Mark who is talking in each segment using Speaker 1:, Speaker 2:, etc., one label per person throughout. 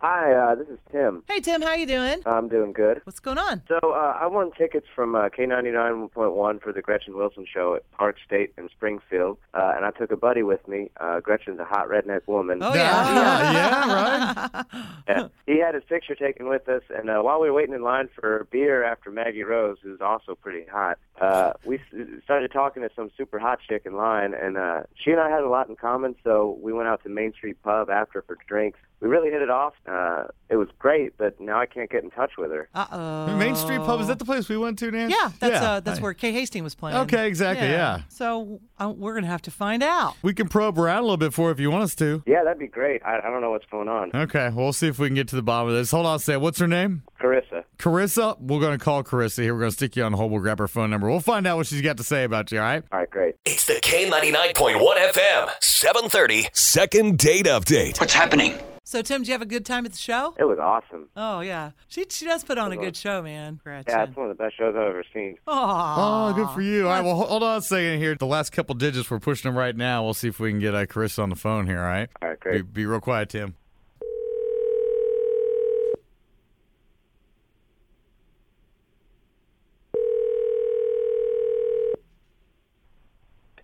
Speaker 1: Hi, uh, this is Tim.
Speaker 2: Hey, Tim, how you doing?
Speaker 1: I'm doing good.
Speaker 2: What's going on?
Speaker 1: So uh, I won tickets from uh, K99.1 for the Gretchen Wilson show at Park State in Springfield, uh, and I took a buddy with me. Uh, Gretchen's a hot redneck woman.
Speaker 2: Oh, yeah.
Speaker 1: Yeah. He had his picture taken with us, and uh, while we were waiting in line for beer after Maggie Rose, who's also pretty hot, uh, we s- started talking to some super hot chick in line, and uh, she and I had a lot in common, so we went out to Main Street Pub after for drinks. We really hit it off. Uh, it was great, but now I can't get in touch with her.
Speaker 2: Uh-oh.
Speaker 3: Main Street Pub, is that the place we went to, Nancy?
Speaker 2: Yeah, that's uh, that's where Kay Hastings was playing.
Speaker 3: Okay, exactly, yeah.
Speaker 2: So uh, we're gonna have to find out.
Speaker 3: We can probe around a little bit for it if you want us to.
Speaker 1: Yeah, that'd be great. I, I don't know what's going on.
Speaker 3: Okay, we'll see if we can get to the bottom of this. Hold on, say, what's her name?
Speaker 1: Carissa.
Speaker 3: Carissa. We're going to call Carissa here. We're going to stick you on hold. We'll grab her phone number. We'll find out what she's got to say about you, all right?
Speaker 1: All right, great.
Speaker 4: It's the K99.1 FM, 730.
Speaker 5: Second date update.
Speaker 6: What's happening?
Speaker 2: So Tim, did you have a good time at the show?
Speaker 1: It was awesome.
Speaker 2: Oh yeah, she she does put on a good show, man.
Speaker 1: Yeah,
Speaker 2: Gretchen.
Speaker 1: it's one of the best shows I've ever seen.
Speaker 2: Aw.
Speaker 3: Oh, good for you. All right, well, ho- hold on a second here. The last couple digits, we're pushing them right now. We'll see if we can get uh, Carissa on the phone here, all right?
Speaker 1: All right,
Speaker 3: Be,
Speaker 1: great.
Speaker 3: be real quiet, Tim.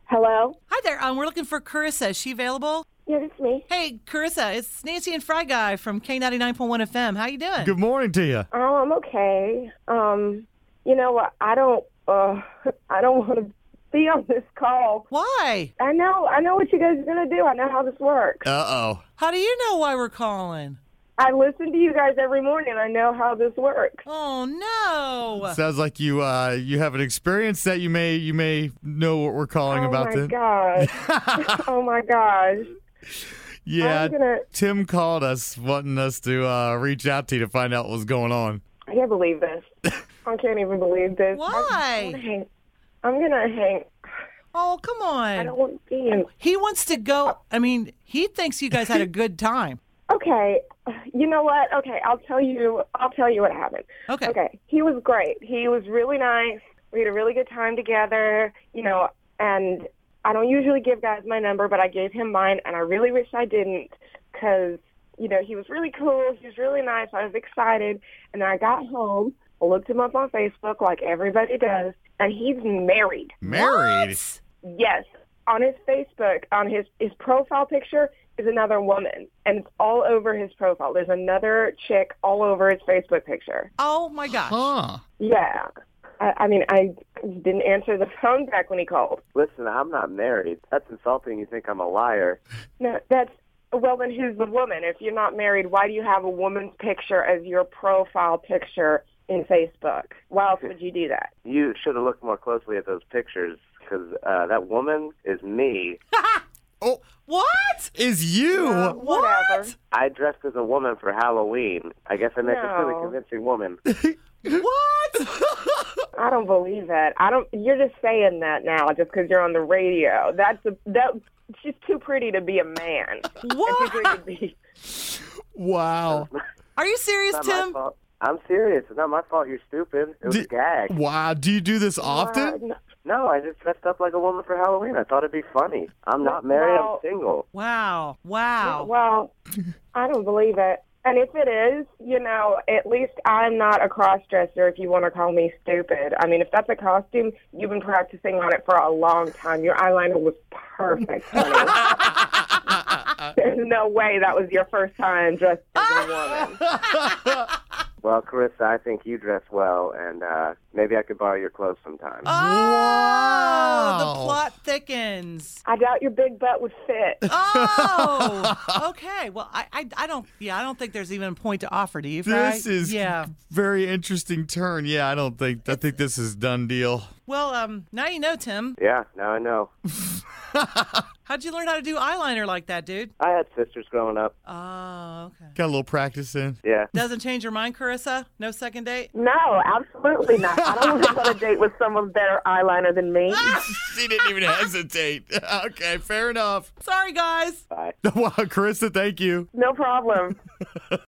Speaker 7: Hello?
Speaker 2: Hi there. Um, we're looking for Carissa. Is she available?
Speaker 7: Yeah, it's me.
Speaker 2: Hey, Carissa, it's Nancy and Fry Guy from K ninety nine point one FM. How you doing?
Speaker 3: Good morning to you.
Speaker 7: Oh, I'm okay. Um, you know what? I don't uh I don't want to be on this call.
Speaker 2: Why?
Speaker 7: I know. I know what you guys are going to do. I know how this works.
Speaker 3: Uh-oh.
Speaker 2: How do you know why we're calling?
Speaker 7: I listen to you guys every morning. I know how this works.
Speaker 2: Oh no.
Speaker 3: Sounds like you uh, you have an experience that you may you may know what we're calling
Speaker 7: oh
Speaker 3: about
Speaker 7: my
Speaker 3: then.
Speaker 7: gosh. oh my gosh.
Speaker 3: Yeah,
Speaker 7: I'm gonna-
Speaker 3: Tim called us wanting us to uh, reach out to you to find out what was going on.
Speaker 7: I can't believe this. I can't even believe this. I'm
Speaker 2: Why?
Speaker 7: gonna hang. I'm gonna hang.
Speaker 2: Oh come on.
Speaker 7: I don't want to be in.
Speaker 2: He wants to go. I mean, he thinks you guys had a good time.
Speaker 7: Okay, you know what? Okay, I'll tell you. I'll tell you what happened.
Speaker 2: Okay.
Speaker 7: Okay. He was great. He was really nice. We had a really good time together, you know, and I don't usually give guys my number, but I gave him mine, and I really wish I didn't because, you know, he was really cool. He was really nice. I was excited. And then I got home, I looked him up on Facebook like everybody does, and he's married.
Speaker 3: Married.
Speaker 2: What?
Speaker 7: Yes. On his Facebook, on his, his profile picture is another woman, and it's all over his profile. There's another chick all over his Facebook picture.
Speaker 2: Oh my gosh.
Speaker 3: Huh.
Speaker 7: Yeah. I, I mean, I didn't answer the phone back when he called.
Speaker 1: Listen, I'm not married. That's insulting. You think I'm a liar.
Speaker 7: No, that's well. Then who's the woman? If you're not married, why do you have a woman's picture as your profile picture in Facebook? Why else would you do that?
Speaker 1: You should have looked more closely at those pictures because uh, that woman is me.
Speaker 3: Oh,
Speaker 2: What?
Speaker 3: is you?
Speaker 7: Uh, Whatever.
Speaker 1: I dressed as a woman for Halloween. I guess I make a
Speaker 7: No.
Speaker 1: really convincing woman.
Speaker 2: What?
Speaker 7: I don't believe that. I don't. You're just saying that now, just because you're on the radio. That's a, that. She's too pretty to be a man. And too
Speaker 2: what?
Speaker 7: pretty to be.
Speaker 3: wow.
Speaker 2: Are you serious,
Speaker 1: It's not my
Speaker 2: Tim?
Speaker 1: fault. I'm serious. It's not my fault. You're stupid. It was a
Speaker 3: Did-
Speaker 1: gag.
Speaker 3: Wow. Do you do this often?
Speaker 1: No, I just dressed up like a woman for Halloween. I thought it'd be funny. I'm not married.
Speaker 7: Well-
Speaker 1: I'm single.
Speaker 2: Wow. Wow.
Speaker 7: Well, I don't believe it. And if it is, you know, at least I'm not a crossdresser if you want to call me stupid. I mean, if that's a costume, you've been practicing on it for a long time. Your eyeliner was perfect, honey. There's no way that was your first time dressed as a woman.
Speaker 1: Well, Carissa, I think you dress well, and uh, maybe I could borrow your clothes sometime.
Speaker 7: Uh
Speaker 2: Oh,
Speaker 3: Wow.
Speaker 2: the plot thickens.
Speaker 7: I doubt your big butt would fit.
Speaker 2: Oh, okay. Well, I, I, I don't, yeah, I don't think there's even a point to offer to you, Fry.
Speaker 3: This is
Speaker 2: yeah.
Speaker 3: very interesting turn. Yeah, I don't think I think this is done deal.
Speaker 2: Well, um, now you know, Tim.
Speaker 1: Yeah, now I know.
Speaker 2: How'd you learn how to do eyeliner like that, dude?
Speaker 1: I had sisters growing up.
Speaker 2: Oh, okay.
Speaker 3: Got a little practice in.
Speaker 1: Yeah.
Speaker 2: Doesn't change your mind, Carissa? No second date?
Speaker 7: No, absolutely not. I don't want to go on a date with someone with better eyeliner than me.
Speaker 3: She didn't even hesitate. Okay, fair enough.
Speaker 2: Sorry, guys.
Speaker 1: Bye.
Speaker 3: Wow, Carissa, thank you.
Speaker 7: No problem.